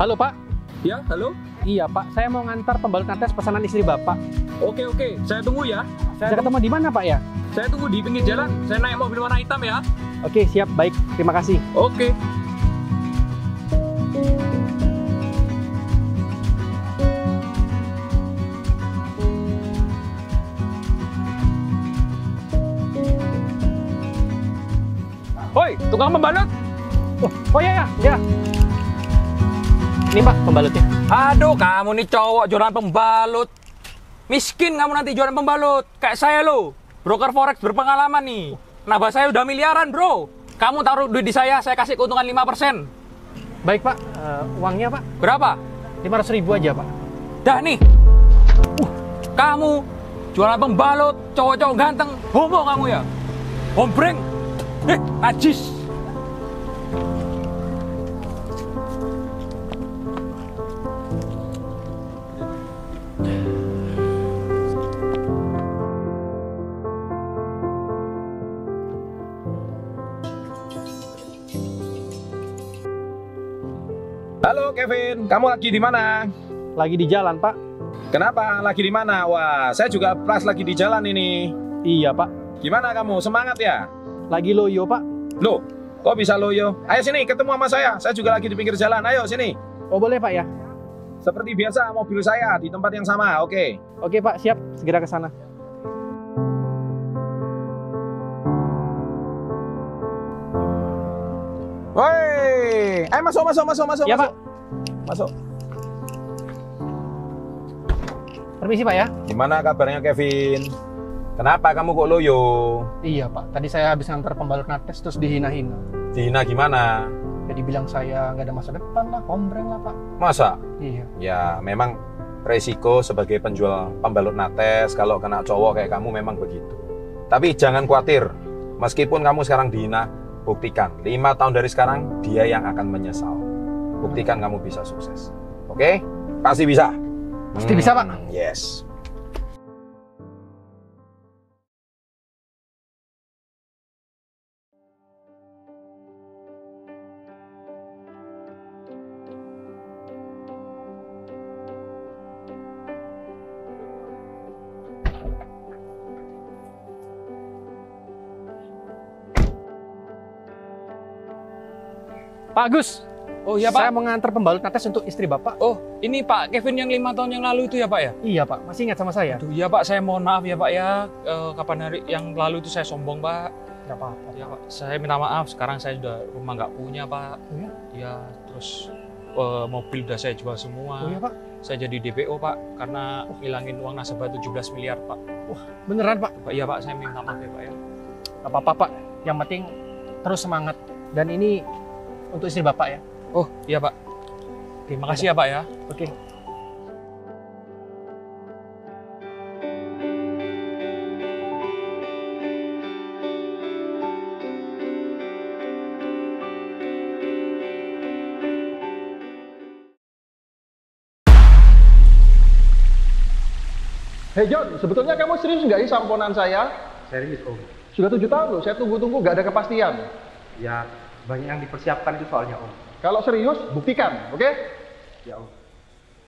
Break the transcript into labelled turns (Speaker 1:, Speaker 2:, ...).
Speaker 1: Halo Pak.
Speaker 2: Ya, halo.
Speaker 1: Iya Pak, saya mau ngantar pembalut tes pesanan istri Bapak.
Speaker 2: Oke, oke. Saya tunggu ya.
Speaker 1: Saya ketemu di mana Pak ya?
Speaker 2: Saya tunggu di pinggir jalan. Saya naik mobil warna hitam ya.
Speaker 1: Oke siap, baik. Terima kasih.
Speaker 2: Oke. Hoi, tukang pembalut.
Speaker 1: Oh, oh iya ya, ya. Ini Pak pembalutnya.
Speaker 2: Aduh, kamu nih cowok jualan pembalut. Miskin kamu nanti jualan pembalut. Kayak saya lo, broker forex berpengalaman nih. Nabah saya udah miliaran, bro. Kamu taruh duit di saya, saya kasih keuntungan 5%.
Speaker 1: Baik Pak, Eh, uangnya Pak
Speaker 2: Berapa?
Speaker 1: 500 ribu aja Pak.
Speaker 2: Dah nih. Uh, kamu jualan pembalut, cowok-cowok ganteng, homo kamu ya. Hombreng. Eh, najis.
Speaker 3: Halo Kevin, kamu lagi di mana?
Speaker 1: Lagi di jalan Pak.
Speaker 3: Kenapa? Lagi di mana? Wah, saya juga pas lagi di jalan ini.
Speaker 1: Iya Pak.
Speaker 3: Gimana kamu? Semangat ya?
Speaker 1: Lagi loyo Pak.
Speaker 3: Loh, kok bisa loyo? Ayo sini, ketemu sama saya. Saya juga lagi di pinggir jalan. Ayo sini.
Speaker 1: Oh boleh Pak ya?
Speaker 3: Seperti biasa, mobil saya di tempat yang sama. Oke.
Speaker 1: Oke Pak, siap. Segera ke sana.
Speaker 3: Woi, ayo masuk, masuk, masuk, masuk,
Speaker 1: Iya,
Speaker 3: masuk. Masuk.
Speaker 1: Permisi Pak ya?
Speaker 3: Gimana kabarnya Kevin? Kenapa kamu kok loyo?
Speaker 1: Iya Pak, tadi saya habis ngantar pembalut nates terus dihina-hina.
Speaker 3: Dihina gimana?
Speaker 1: Jadi bilang saya nggak ada masa depan lah, kombreng lah Pak.
Speaker 3: Masa?
Speaker 1: Iya.
Speaker 3: Ya, memang resiko sebagai penjual pembalut nates kalau kena cowok kayak kamu memang begitu. Tapi jangan khawatir, meskipun kamu sekarang dihina, buktikan 5 tahun dari sekarang dia yang akan menyesal. Buktikan kamu bisa sukses. Oke? Pasti bisa.
Speaker 1: Pasti bisa, Pak.
Speaker 3: Yes.
Speaker 1: Pak Agus,
Speaker 2: Oh iya,
Speaker 1: saya
Speaker 2: Pak.
Speaker 1: mau ngantar pembalut nates untuk istri Bapak.
Speaker 2: Oh, ini Pak Kevin yang lima tahun yang lalu itu ya, Pak ya?
Speaker 1: Iya Pak, masih ingat sama saya?
Speaker 2: Aduh, iya Pak, saya mohon maaf ya Pak ya. Eh, kapan hari yang lalu itu saya sombong Pak.
Speaker 1: Nggak apa-apa.
Speaker 2: Ya Pak, saya minta maaf. Sekarang saya sudah rumah nggak punya Pak.
Speaker 1: Oh ya?
Speaker 2: Ya, terus eh, mobil udah saya jual semua.
Speaker 1: Oh iya Pak,
Speaker 2: Saya jadi DPO Pak, karena ngilangin uang nasabah 17 miliar Pak.
Speaker 1: beneran Pak.
Speaker 2: Pak, Iya Pak, saya minta maaf ya Pak ya.
Speaker 1: Gak apa-apa Pak, yang penting terus semangat. Dan ini untuk istri Bapak ya.
Speaker 2: Oh iya Pak, terima kasih ya Pak ya.
Speaker 1: Oke.
Speaker 4: Hei John, sebetulnya kamu serius nggak sih samponan saya?
Speaker 5: Serius Om.
Speaker 4: Sudah tujuh tahun loh, saya tunggu-tunggu nggak ada kepastian.
Speaker 5: Ya banyak yang dipersiapkan itu soalnya Om.
Speaker 4: Kalau serius, buktikan, oke?
Speaker 5: Ya Om.